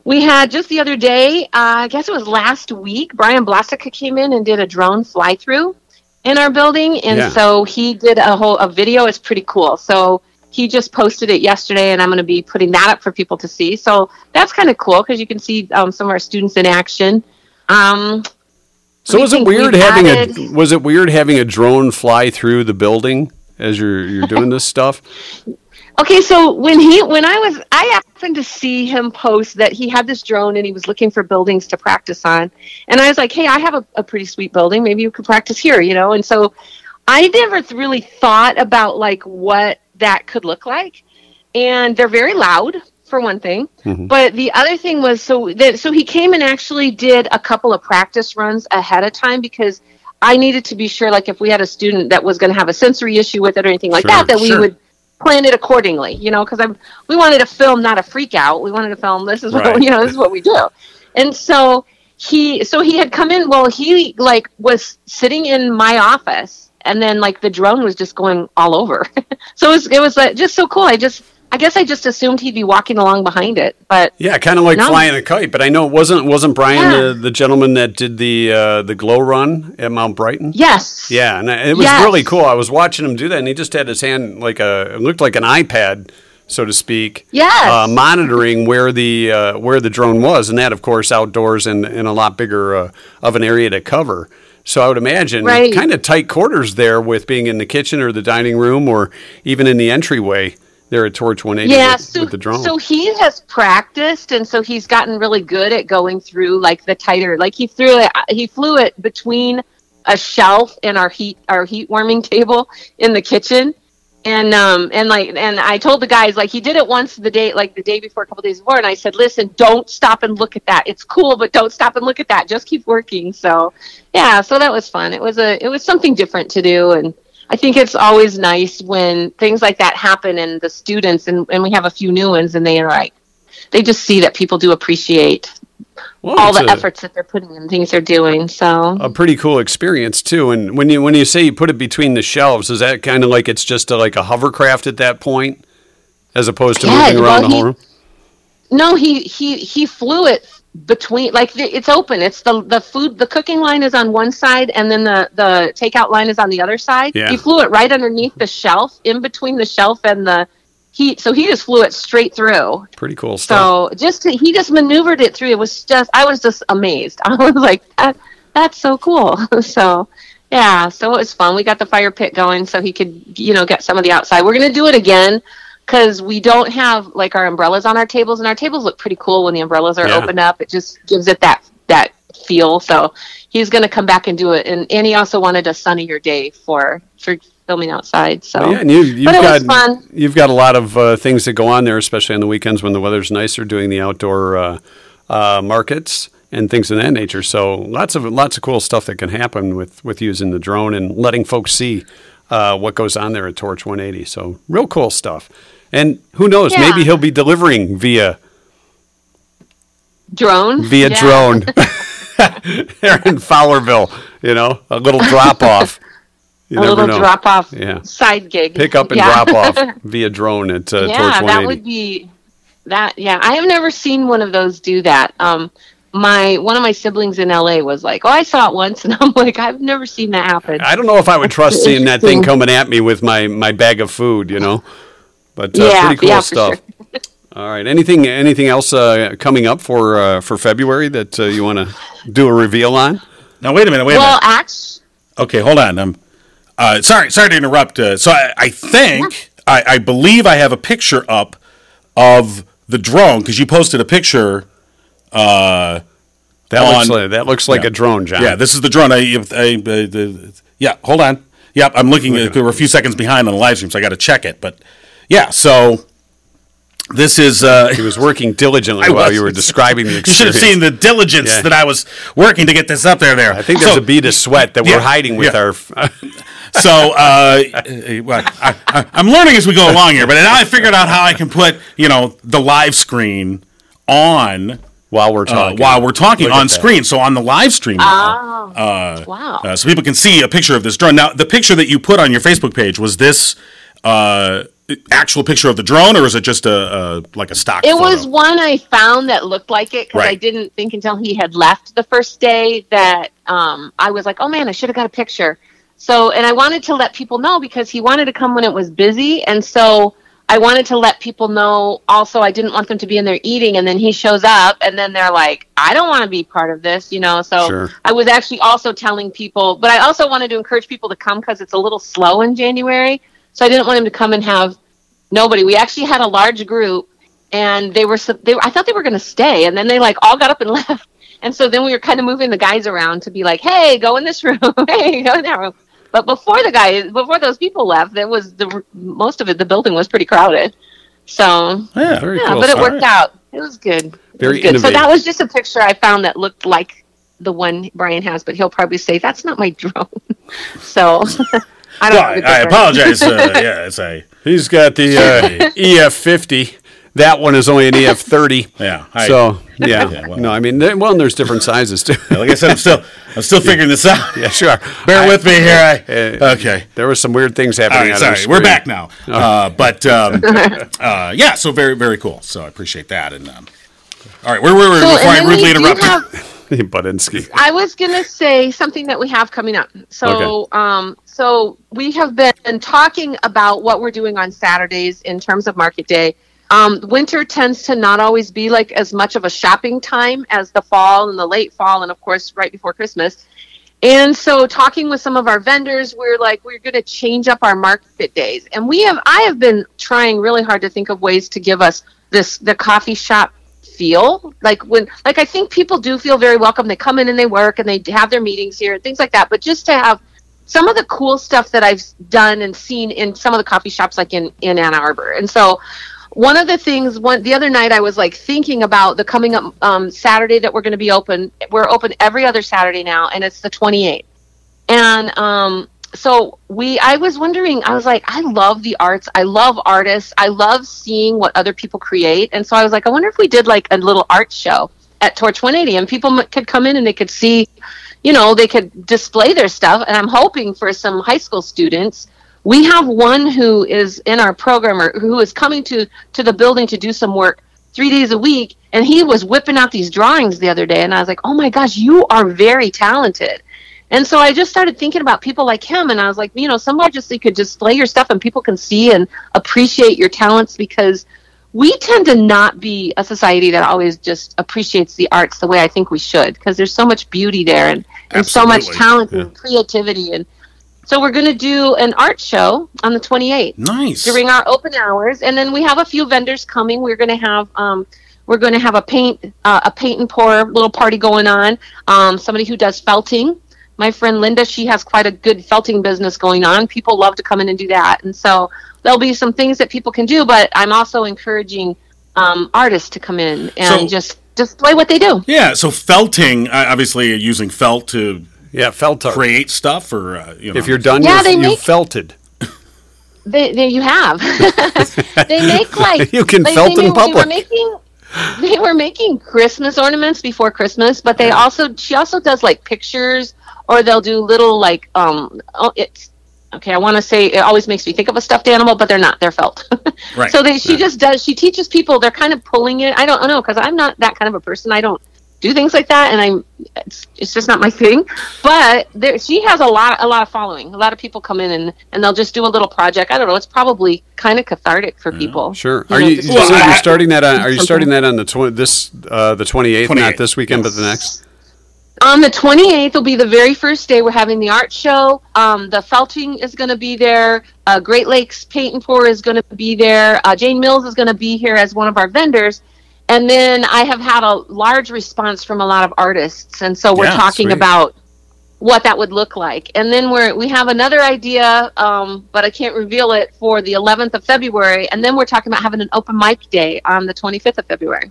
we had just the other day. Uh, I guess it was last week. Brian Blasicka came in and did a drone fly through in our building, and Yeah. so he did a whole a video. It's pretty cool. So he just posted it yesterday and i'm going to be putting that up for people to see so that's kind of cool because you can see um, some of our students in action um, So We was it think we've weird having a added- Was it weird having a drone fly through the building as you're you're doing <laughs> this stuff? okay so when he when i was i happened to see him post that he had this drone and he was looking for buildings to practice on and i was like hey i have a, a pretty sweet building maybe you could practice here you know and so i never th- really thought about like what that could look like and they're very loud for one thing Mm-hmm. But the other thing was so that so he came and actually did a couple of practice runs ahead of time because I needed to be sure like if we had a student that was going to have a sensory issue with it or anything like Sure, that that sure. we would plan it accordingly, you know, because I'm we wanted to film not a freak out. We wanted to film this is Right. what you know, this is what we do. And so he so he had come in well he like was sitting in my office and then like the drone was just going all over. <laughs> so it was it was like, just so cool. I just I guess I just assumed he'd be walking along behind it, but Yeah, kind of like No. flying a kite. But I know it wasn't wasn't Brian Yeah. the, the gentleman that did the uh, the glow run at Mount Brighton? Yes. Yeah, and I- it was Yes. really cool. I was watching him do that, and he just had his hand like a it looked like an iPad, so to speak. Yes. uh, monitoring where the uh, where the drone was, and that of course outdoors and in a lot bigger uh, of an area to cover. So I would imagine Right. kind of tight quarters there with being in the kitchen or the dining room or even in the entryway there at Torch 180 Yeah. with, So, with the drone. so he has practiced, and so he's gotten really good at going through like the tighter. Like he threw it. uh, He flew it between a shelf and our heat our heat warming <laughs> table in the kitchen. And um and like and I told the guys like he did it once the day like the day before a couple days before and I said listen don't stop and look at that it's cool but don't stop and look at that just keep working so yeah so that was fun it was a it was something different to do and I think it's always nice when things like that happen and the students and, and we have a few new ones and they are like they just see that people do appreciate Well, all it's the a- efforts that they're putting in things they're doing. So a pretty cool experience too. And when you when you say you put it between the shelves, is that kind of like it's just a, like a hovercraft at that point, as opposed to Yeah, moving around well, the he- whole room? no, he he he flew it between like the, it's open. It's the the food the cooking line is on one side and then the the takeout line is on the other side. Yeah. He flew it right underneath the shelf, in between the shelf and the heat. So he just flew it straight through. Pretty cool stuff. So just to, he just maneuvered it through. It was just I was just amazed. <laughs> I was like, that, that's so cool. <laughs> so yeah, so it was fun. We got the fire pit going so he could you know get some of the outside. We're gonna do it again because we don't have like our umbrellas on our tables, and our tables look pretty cool when the umbrellas are Yeah. opened up. It just gives it that that feel. So he's gonna come back and do it. And and he also wanted a sunnier day for for filming outside. So yeah, and you, you've but it was got fun. you've got a lot of uh, things that go on there, especially on the weekends when the weather's nicer, doing the outdoor uh, uh, markets and things of that nature. So lots of lots of cool stuff that can happen with with using the drone and letting folks see uh, what goes on there at Torch 180. So real cool stuff. And who knows? Yeah. Maybe he'll be delivering via Drone via Yeah. drone <laughs> there in Fowlerville. You know, a little drop <laughs> off. a little drop off Yeah. side gig. Pick up and Yeah. drop <laughs> off via drone at uh, Torch yeah, 180. that would be that. Yeah, I have never seen one of those do that. Um, my one of my siblings in LA was like, "Oh, I saw it once," <laughs> and I'm like, "I've never seen that happen." I don't know if I would trust seeing that thing Interesting. coming at me with my my bag of food, you know. But uh, Yeah, pretty cool yeah, for stuff. All right. Anything anything else uh, coming up for uh, for February that uh, you want to do a reveal on? Now wait a minute. Wait a uh, well, minute. actually, Okay, hold on. Um, uh, sorry, sorry to interrupt. Uh, so I, I think I, I believe I have a picture up of the drone because you posted a picture. Uh, That On- looks like, that looks like Yeah. a drone, John. yeah, this is the drone. I, if- I, uh, the- yeah, hold on. Yep, I'm looking. at, we're a few seconds behind on the live stream, so I got to check it. But yeah, so this is. Uh, <laughs> he was working diligently I while was. you were describing <laughs> the you should have experience. seen the diligence Yeah. that I was working to get this up there. There, I think there's So- a bead of sweat that Yeah, we're hiding with yeah. our. So uh, <laughs> uh, well, I, I, I'm learning as we go along here, but now I figured out how I can put you know the live screen on while we're uh, talking. while we're talking Oh, Look at on that. screen. So on the live stream, uh, now, oh, wow. uh, so people can see a picture of this drone. Now the picture that you put on your Facebook page was this uh, actual picture of the drone, or is it just a, a like a stock? It photo? was one I found that looked like it because I Right. didn't think until he had left the first day that um, I was like, oh man, I should have got a picture. So, and I wanted to let people know because he wanted to come when it was busy. And so I wanted to let people know also, I didn't want them to be in there eating. And then he shows up and then they're like, I don't want to be part of this, you know? So Sure. I was actually also telling people, but I also wanted to encourage people to come because it's a little slow in January. So I didn't want him to come and have nobody. We actually had a large group, and they were. sup- They, were- I thought they were going to stay, and then they like all got up and <laughs> left. And so then we were kind of moving the guys around to be like, "Hey, go in this <laughs> room. hey, go in that room." But before the guy, before those people left, there was the most of it. The building was pretty crowded. So yeah. Very yeah, cool. but it All worked right. out. It was good. It Very was good. So innovative. that was just a picture I found that looked like the one Brian has, but he'll probably say that's not my <laughs> drone. so <laughs> I don't. Well, have I, a good I <laughs> drone. apologize. Uh, yeah, it's a He's got the uh, EF50. That one is only an EF30. Yeah, I- so, yeah. <laughs> Yeah, well- no, I mean, there- well, and there's different sizes <laughs> too. like I said, I'm still I'm <laughs> still figuring this out. yeah, sure. Bear I- with me here. I, <laughs> Uh, okay. There were some weird things All happening. right, on sorry, we're back now. Uh, but <laughs> um, uh, yeah, so very, very cool. So I appreciate that. And um, all right, where were we Cool, before and I then we rudely do interrupted? have- <laughs> Budinsky. I was gonna say something that we have coming up. So, um, so we have been talking about what we're doing on Saturdays in terms of market day. Um, winter tends to not always be like as much of a shopping time as the fall and the late fall, and of course, right before Christmas. And so, talking with some of our vendors, we're like, we're going to change up our market days. And we have, I have been trying really hard to think of ways to give us this the coffee shop feel. Like when, like I think people do feel very welcome. They come in and they work and they have their meetings here and things like that. But just to have some of the cool stuff that I've done and seen in some of the coffee shops, like in in Ann Arbor. And so, one of the things one the other night i was like thinking about the coming up um, saturday that we're going to be open we're open every other saturday now and it's the 28th and um, so we i was wondering i was like i love the arts i love artists i love seeing what other people create and so i was like i wonder if we did like a little art show at torch 180 and people m- could come in and they could see you know they could display their stuff and i'm hoping for some high school students we have one who is in our program or who is coming to to the building to do some work three days a week and he was whipping out these drawings the other day and i was like oh my gosh you are very talented and so i just started thinking about people like him and i was like you know somewhere just you could display your stuff and people can see and appreciate your talents because we tend to not be a society that always just appreciates the arts the way i think we should because there's so much beauty there and, and so much Absolutely. talent and creativity and so we're going to do an art show on the 28th Nice. during our open hours, and then we have a few vendors coming. We're going to have um, we're going to have a paint uh, a paint and pour little party going on. Um, somebody who does felting, my friend Linda, she has quite a good felting business going on. People love to come in and do that, and so there'll be some things that people can do. But I'm also encouraging um, artists to come in and So- just display what they do. Yeah, so felting, uh, obviously using felt to Yeah, felt art. create stuff or, uh, you know. If you're done, Yeah, you've, they you've make- felted. They, there you have. <laughs> they make like <laughs> You can like, felt they in made- they public. were making they were making Christmas ornaments before Christmas, but they also she also does like pictures, or they'll do little like um oh, it's okay. I want to say it always makes me think of a stuffed animal, but they're not. They're felt. <laughs> Right. So they she just does she teaches people. They're kind of pulling it. I don't know because I'm not that kind of a person. I don't do things like that, and I'm it's, it's just not my thing. But there, she has a lot a lot of following. A lot of people come in and and they'll just do a little project. I don't know. It's probably kind of cathartic for people. Sure. You Are know, you, just- so you're starting that on? Are you starting that on the twenty this uh, the twenty eighth? Not 28th, this weekend, but the next. on the 28th will be the very first day we're having the art show um, the felting is going to be there uh, great lakes paint and pour is going to be there uh, jane mills is going to be here as one of our vendors and then i have had a large response from a lot of artists and so we're Yeah, talking sweet. about what that would look like and then we're we have another idea um, but i can't reveal it for the 11th of february and then we're talking about having an open mic day on the 25th of february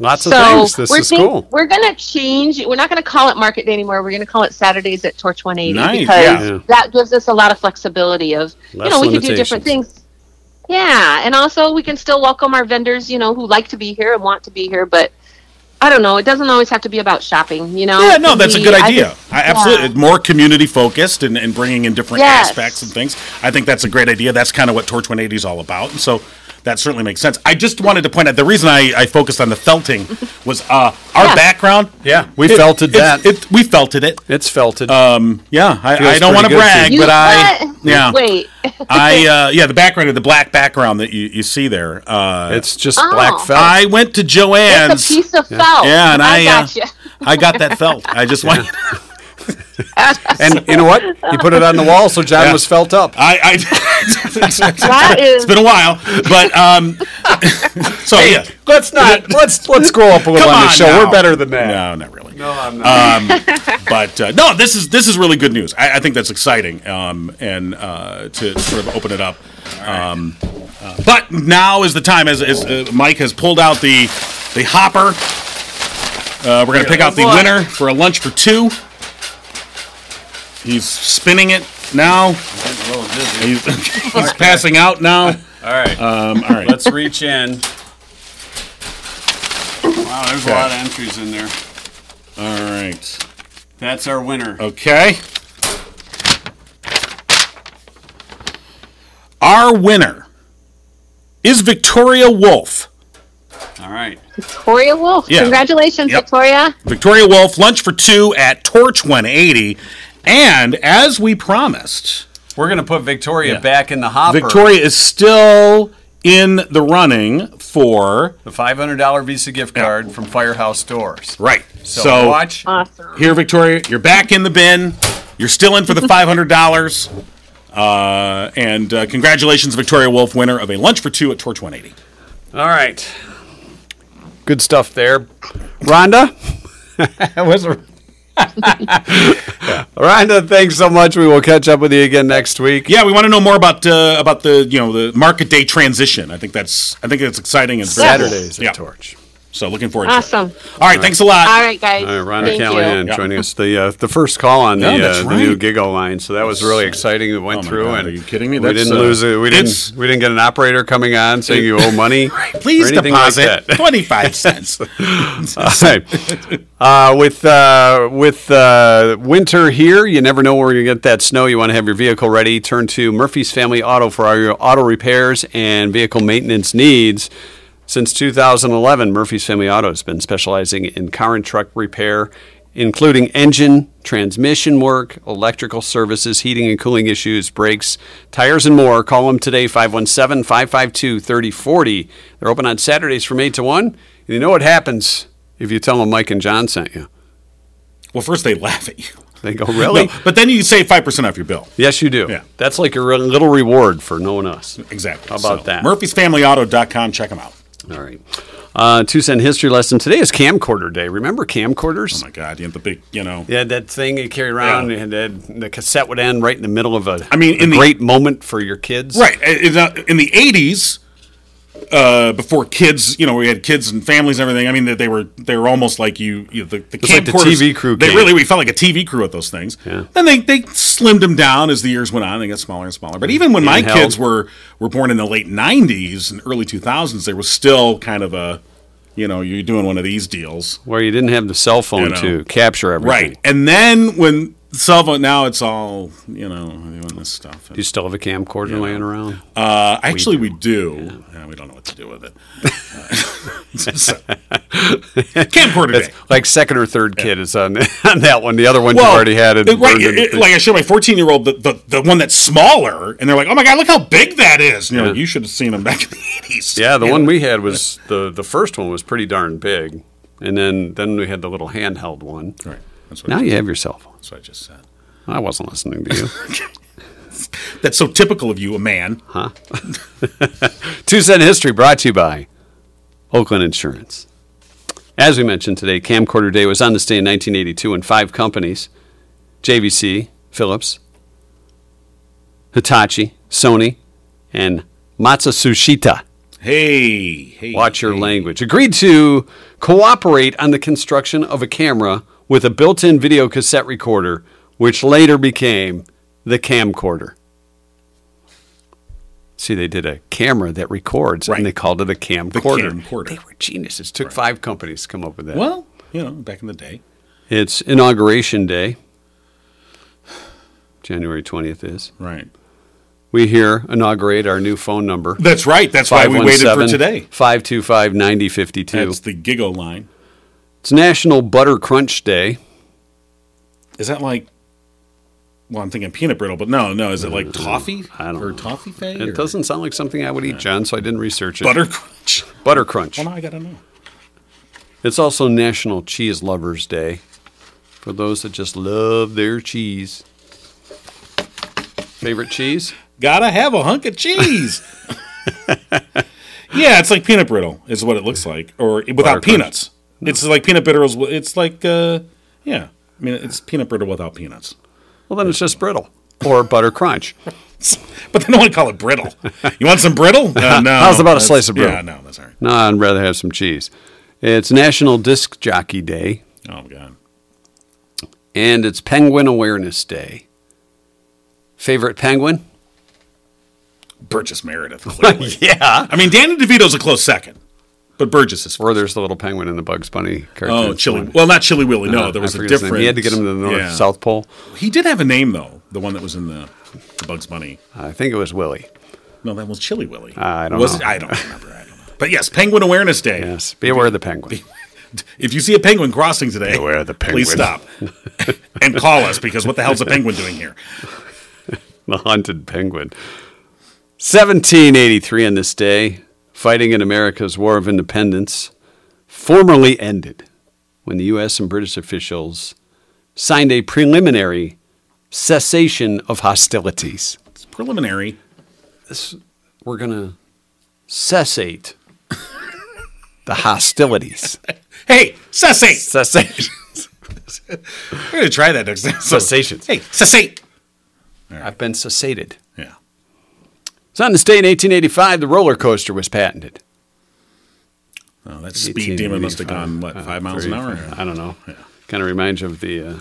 Lots of so things. This we're is think- cool. We're gonna change. We're not gonna call it Market Day anymore. We're gonna call it Saturdays at Torch 180 Nice, because yeah. that gives us a lot of flexibility. Of Less you know, we can do different limitations. things. Yeah, and also we can still welcome our vendors. You know, who like to be here and want to be here, but. I don't know. It doesn't always have to be about shopping, you know. Yeah, It no, could that's a be- good I idea. think- I, absolutely more community focused and, and bringing in different Yes. aspects and things. I think that's a great idea. That's kind of what Torch 180 is all about, and so that certainly makes sense. I just wanted to point out the reason I, I focused on the felting <laughs> was uh, our Yeah. background. Yeah, we felted it- that. It, we felted it. It's felted. Uh, Yeah, I, Feels I don't want to pretty good, brag, too. You- but I what? <laughs> yeah. <laughs> Wait. I uh, yeah, the background of the black background that you, you see there. Uh, it's just Oh. black felt. I went to It's Joanne's. a piece of felt. yeah, and I, uh, <laughs> got you. I got that felt. I just want. and you know what? He put it on the wall, so John Yeah. was felt up. I, I <laughs> That it's is been a while, but um, <laughs> so yeah. Let's not. let's let's grow up a little Come on, on, the show. now. We're better than that. No, not really. No, I'm <laughs> not. Um, but uh, no, this is this is really good news. I, I think that's exciting, um, and uh, to sort of open it up. Um, uh, but now is the time, as, as uh, Mike has pulled out the the hopper. Uh, we're gonna pick out the boy. winner for a lunch for two. He's spinning it now. He's, he's <laughs> passing out now. All right. Um, all right. Let's reach in. Wow, there's Okay. lot of entries in there. All right. That's our winner. Uh, Okay. Our winner is Victoria Wolf. All right. Victoria Wolf. Yeah. Congratulations, Yep. Victoria. Victoria Wolf, lunch for two at Torch 180. And as we promised, We're gonna put Victoria Yeah. back in the hopper. Victoria is still in the running for. the five hundred dollar Visa gift card from Firehouse Stores. Right. So, So, watch. Awesome. here, Victoria, you're back in the bin. You're still in for the $500. Uh, and uh, congratulations, Victoria Wolf, winner of a lunch for two at Torch 180. All right. Good stuff there, <laughs> Rhonda. Where's the- <laughs> Rhonda, thanks so much. We will catch up with you again next week. Yeah, we want to know more about uh, about the you know the market day transition. I think that's I think that's exciting and very cool. Saturdays at Yeah. Torch. So looking forward. Awesome. to it. All right, thanks a lot. All right, guys. All right, Uh, Rhonda Thank you. Callahan Yeah. joining us. The uh, the first call on the, Yeah, that's uh, the new right. Giggle line, so that was really exciting. It went Oh my through, God, and are you kidding me? We That's, didn't uh, lose it. We didn't. it's- We didn't get an operator coming on saying you owe <laughs> money. Please or anything deposit Like that. <laughs> twenty five cents. Right. uh, with uh, with uh, winter here, you never know where you're going to get that snow. You want to have your vehicle ready. Turn to Murphy's Family Auto for all your auto repairs and vehicle maintenance needs. Since 2011, Murphy's Family Auto has been specializing in car and truck repair, including engine, transmission work, electrical services, heating and cooling issues, brakes, tires, and more. Call them today, 517 552 3040. They're open on Saturdays from 8 to 1. And you know what happens if you tell them Mike and John sent you? well, first they laugh at you. They <laughs> go, Really? No, but then you save five percent off your bill. Yes, you do. Yeah. That's like a re- little reward for knowing us. Exactly. How about that? Murphy'sFamilyAuto.com. Check them out. All right. Uh, two cent history lesson. Today is camcorder day. Remember camcorders? Oh my God, you have the big you know. Yeah, that thing you carry around, Yeah. and that, the cassette would end right in the middle of a. I mean, a in the- great moment for your kids, Right. It- it- In the 80s, uh, before kids, you know, we had kids and families and everything. I mean, they, they were they were almost like you, you the, the It's like the camcorders- TV crew They came. really, we felt like a TV crew at those things. Yeah. Then they, they slimmed them down as the years went on. They got smaller and smaller. But even when my Handheld. kids were were born in the late 90s and early 2000s, there was still kind of a, you know, you're doing one of these deals. Where you didn't have the cell phone You know. to capture everything. Right. And then when cell phone, now it's all, you know, doing this stuff. Do you still have a camcorder laying around? Uh, <laughs> actually, we do. Yeah, we don't know what to do with it. camcorder That's day. like second or third kid is on, <laughs> on that one. The other one Well, you already had. And it- right, burned it- in- like I showed my 14 year old the, the, the one that's smaller, and they're like, "Oh my god, look how big that is!" And you're like, "You should have seen him back in the 80s." yeah, the one we had was the the first one was pretty darn big, and then then we had the little handheld one. Right. That's what, Now I, you have your cell phone. that's what I just said. I wasn't listening <laughs> to you. That's so typical of you, a man. Two Cent History brought to you by Oakland Insurance. As we mentioned today, Camcorder Day was on this day in 1982 when five companies JVC, Philips, Hitachi, Sony, and Matsushita, Hey, hey. watch your language, agreed to cooperate on the construction of a camera with a built in video cassette recorder, which later became the camcorder. See, they did a camera that records, Right. and they called it a camcorder. camcorder. They were geniuses. Took five companies to come up with that. Well, you know, back in the day. It's inauguration day. January 20th is. Right. We here inaugurate our new phone number. That's right. That's why we waited for today. 525 9052. That's the giggle line. It's National Butter Crunch Day. Is that like? Well, I'm thinking peanut brittle, but no, no. Is it like toffee Mm-hmm. I don't or know. toffee fay? or It doesn't sound like something I would eat, John, so I didn't research it. butter <laughs> crunch. Butter Crunch. Well, now Oh, I gotta know. It's also National Cheese Lovers Day for those that just love their cheese. Favorite cheese? Gotta have a hunk <laughs> of cheese. yeah, it's like peanut brittle is what it looks like, or Butter without peanuts. It's like peanut brittles. wi- It's like, uh, yeah, I mean, it's peanut brittle without peanuts. <laughs> Well, then it's just brittle or Butter Crunch. But they don't call it brittle. You want <laughs> some brittle? Uh, no. How's about a That's- slice of brittle? Yeah, no, that's all right. No, I'd rather have some cheese. It's National Disc Jockey Day Oh god. and it's Penguin Awareness Day. Favorite penguin? Burgess Meredith. <laughs> Clearly. yeah. I mean, Danny DeVito's a close second, but Burgess is. Or there's the little penguin in the Bugs Bunny cartoon. Uh, Oh, Chili. Well, not Chili Willy. No, there was a a different. He had to get him to the North yeah. South Pole. He did have a name though. The one that was in the, the Bugs Bunny. I think it was Willie. No, that was Chili Willy. I don't was know. It? I don't remember. I don't know. But yes, Penguin Awareness Day. Yes. Be aware of the penguin. If you see a penguin crossing today, Beware the please stop <laughs> and call us because what the hell's a penguin doing here? the hunted penguin. 1783 on this day, fighting in America's War of Independence formally ended when the U.S. and British officials signed a preliminary cessation of hostilities. It's preliminary. We're going to <laughs> cessate the hostilities. Hey, cessate. Cessation. <laughs> We're gonna try that next time. So- Cessations. Hey, cessate. I've been cessated. Yeah. So on this day in 1885, the roller coaster was patented. Oh, that speed demon must have gone what five miles an hour. Uh, I don't know. Kind of reminds you of the... Uh,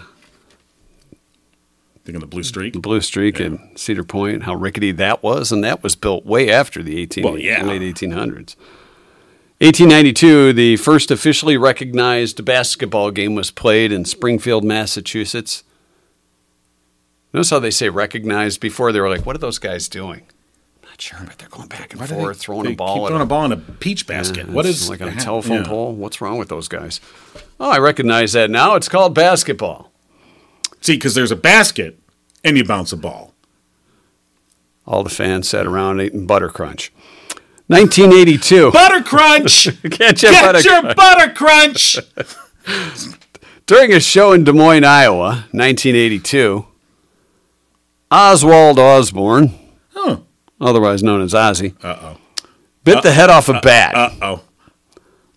Thinking the blue streak. the Blue Streak and Cedar Point, how rickety that was, and that was built way after the 18, Well, yeah. late 1800s. 1892, the first officially recognized basketball game was played in Springfield, Massachusetts. Notice how they say recognized before they were like, what are those guys doing? Not sure, but they're going back and Why do forth, throwing they a ball Keep at throwing a ball in a peach basket. what it's is like on a ha- telephone yeah. pole? What's wrong with those guys? Oh, I recognize that now. It's called basketball. See, because there's a basket and you bounce a ball. All the fans sat around eating butter crunch. 1982. Butter <laughs> crunch. Get your butter Get your crunch. butter crunch. <laughs> During a show in Des Moines, Iowa, 1982, Oswald Osborne, Huh. otherwise known as Ozzy, Uh-oh. bit the head off a bat, Uh oh.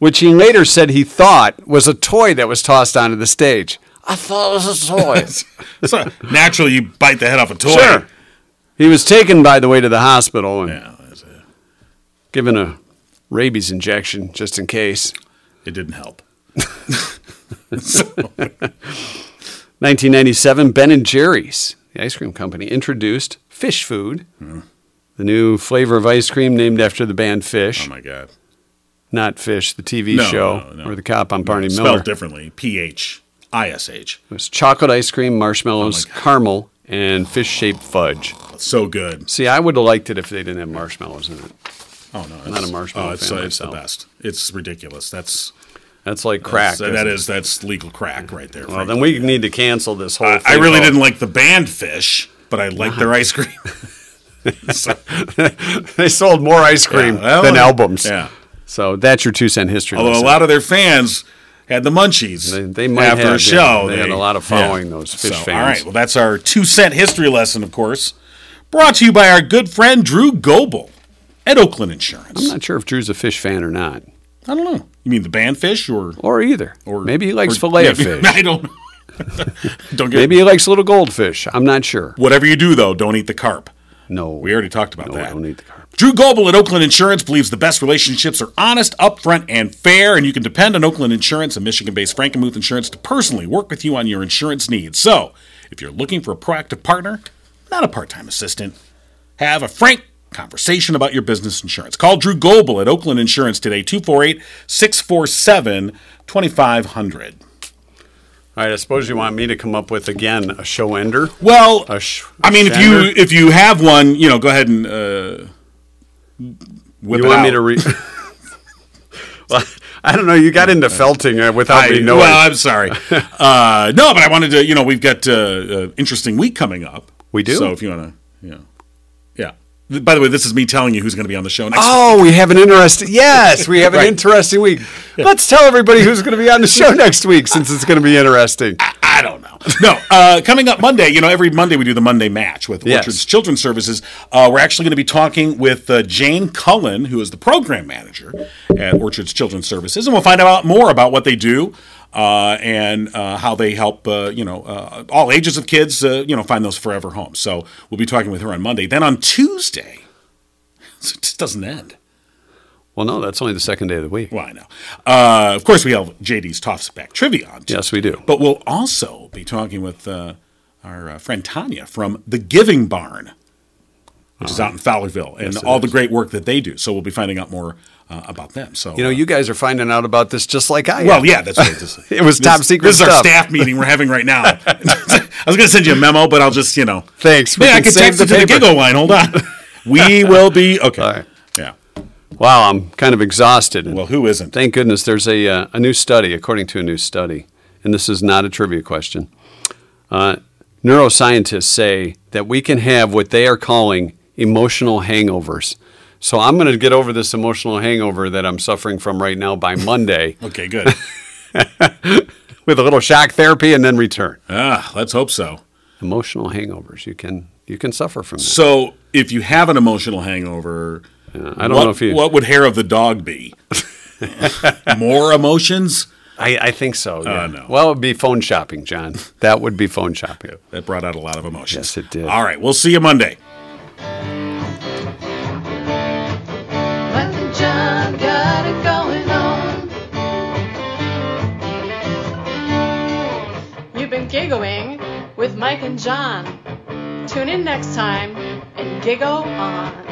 which he later said he thought was a toy that was tossed onto the stage. I thought it was a toy. So naturally, you bite the head off a toy. sure. He was taken, by the way, to the hospital and Yeah, that's it. given a rabies injection just in case. it <laughs> didn't help. oh 1997, Ben and Jerry's, the ice cream company, introduced fish food, Hmm. the new flavor of ice cream named after the band Fish, Oh my god. not Fish, the TV No, show no, no. or the cop on Barney Miller. Spelled differently. P H I S H. It was chocolate ice cream, marshmallows, Oh caramel, and fish-shaped fudge. So good. See, I would have liked it if they didn't have marshmallows in it. Oh no, not it's- a marshmallow Oh, it's, fan uh, it's the myself. best. It's ridiculous. That's That's like crack. That's, uh, isn't that it? is that's legal crack right there. Well, frankly. then we need to cancel this whole. I, I thing really called- didn't like the band Fish, but I liked Uh-huh. their ice cream. So- <laughs> they sold more ice <laughs> cream Yeah, <laughs> well, than albums. yeah. So that's your two cent history. Although a lesson. lot of their fans had the munchies They- they might after have, yeah. a show. They had a lot of following, those Fish All fans. right, well that's our two cent history lesson, of course, brought to you by our good friend Drew Goble at Oakland Insurance. I'm not sure if Drew's a fish fan or not, I don't know. You mean the band Fish or or either. or maybe he likes or- <laughs> fillet of maybe- fish. I don't. <laughs> don't get Maybe he likes little goldfish. I'm not sure. Whatever you do though, don't eat the carp. No, We already talked about no, that. I don't need the carp. Drew Goble at Oakland Insurance believes the best relationships are honest, upfront, and fair, and you can depend on Oakland Insurance and Michigan based Frankenmuth Insurance to personally work with you on your insurance needs. So, if you're looking for a proactive partner, not a part time assistant, have a frank conversation about your business insurance. Call Drew Goble at Oakland Insurance today, 248 647 2500. All right. I suppose you want me to come up with again a show <laughs> ender. Well, A sh- I mean, if you Shander? if you have one, you know, go ahead and uh, whip You it want me out. to read? <laughs> well, I don't know. You got into felting uh, without I- me knowing. Well, <laughs> I'm sorry. uh, no, but I wanted to. You know, we've got uh, uh, interesting week coming up. We do? So if you want to, yeah, yeah. Th- By the way, this is me telling you who's going to be on the show next. Oh, we have an interesting. Yes, we have an <laughs> Right. interesting week. Let's tell everybody who's going to be on <laughs> the show next week, since it's going to be interesting. I don't know. No, uh, coming up Monday. You know, every Monday we do the Monday match with Yes. Orchard's Children's Services. Uh, we're actually going to be talking with uh, Jane Cullen, who is the program manager at Orchard's Children's Services, and we'll find out more about what they do. Uh, and uh, how they help, uh, you know, uh, all ages of kids, uh, you know, find those forever homes. So we'll be talking with her on Monday. Then on Tuesday, <laughs> so it just doesn't end. Well, no, that's only the second day of the week. Well, I know. Uh, of course, we have JD's Toffs Back Trivia on Yes, we do. but we'll also be talking with uh, our uh, friend Tanya from The Giving Barn, which is out in Fowlerville, and Uh-huh. it all the is. great work that they do. So we'll be finding out more uh, about them. So You know, you guys are finding out about this just like I. am. well, yeah, <laughs> that's right. This, It was top this- secret This is our stuff. staff meeting we're having <laughs> right now. <laughs> I was going to send you a memo, but I'll just you know. Thanks. We Yeah, I can can save text the it to the paper. giggle line. <laughs> Hold on. We will be okay. All right. Yeah. Wow, I'm kind of exhausted. Well, who isn't? Thank goodness there's a, uh, a new study, according to a new study, and this is not a trivia question. Uh, neuroscientists say that we can have what they are calling emotional hangovers. So I'm going to get over this emotional hangover that I'm suffering from right now by Monday <laughs> Okay. Good. with a little shock therapy and then return. ah, let's hope so. Emotional hangovers, you can you can suffer from that. So if you have an emotional hangover, I don't what, know if you. what would hair of the dog <laughs> be? More emotions? I, I think so. Yeah. Uh, no. Well, it would be phone shopping, John. That would be phone shopping. That brought out a lot of emotions. Yes, it did. All right, we'll see you Monday. Uncle John got it going on. You've been giggling with Mike and John. Tune in next time and giggle on.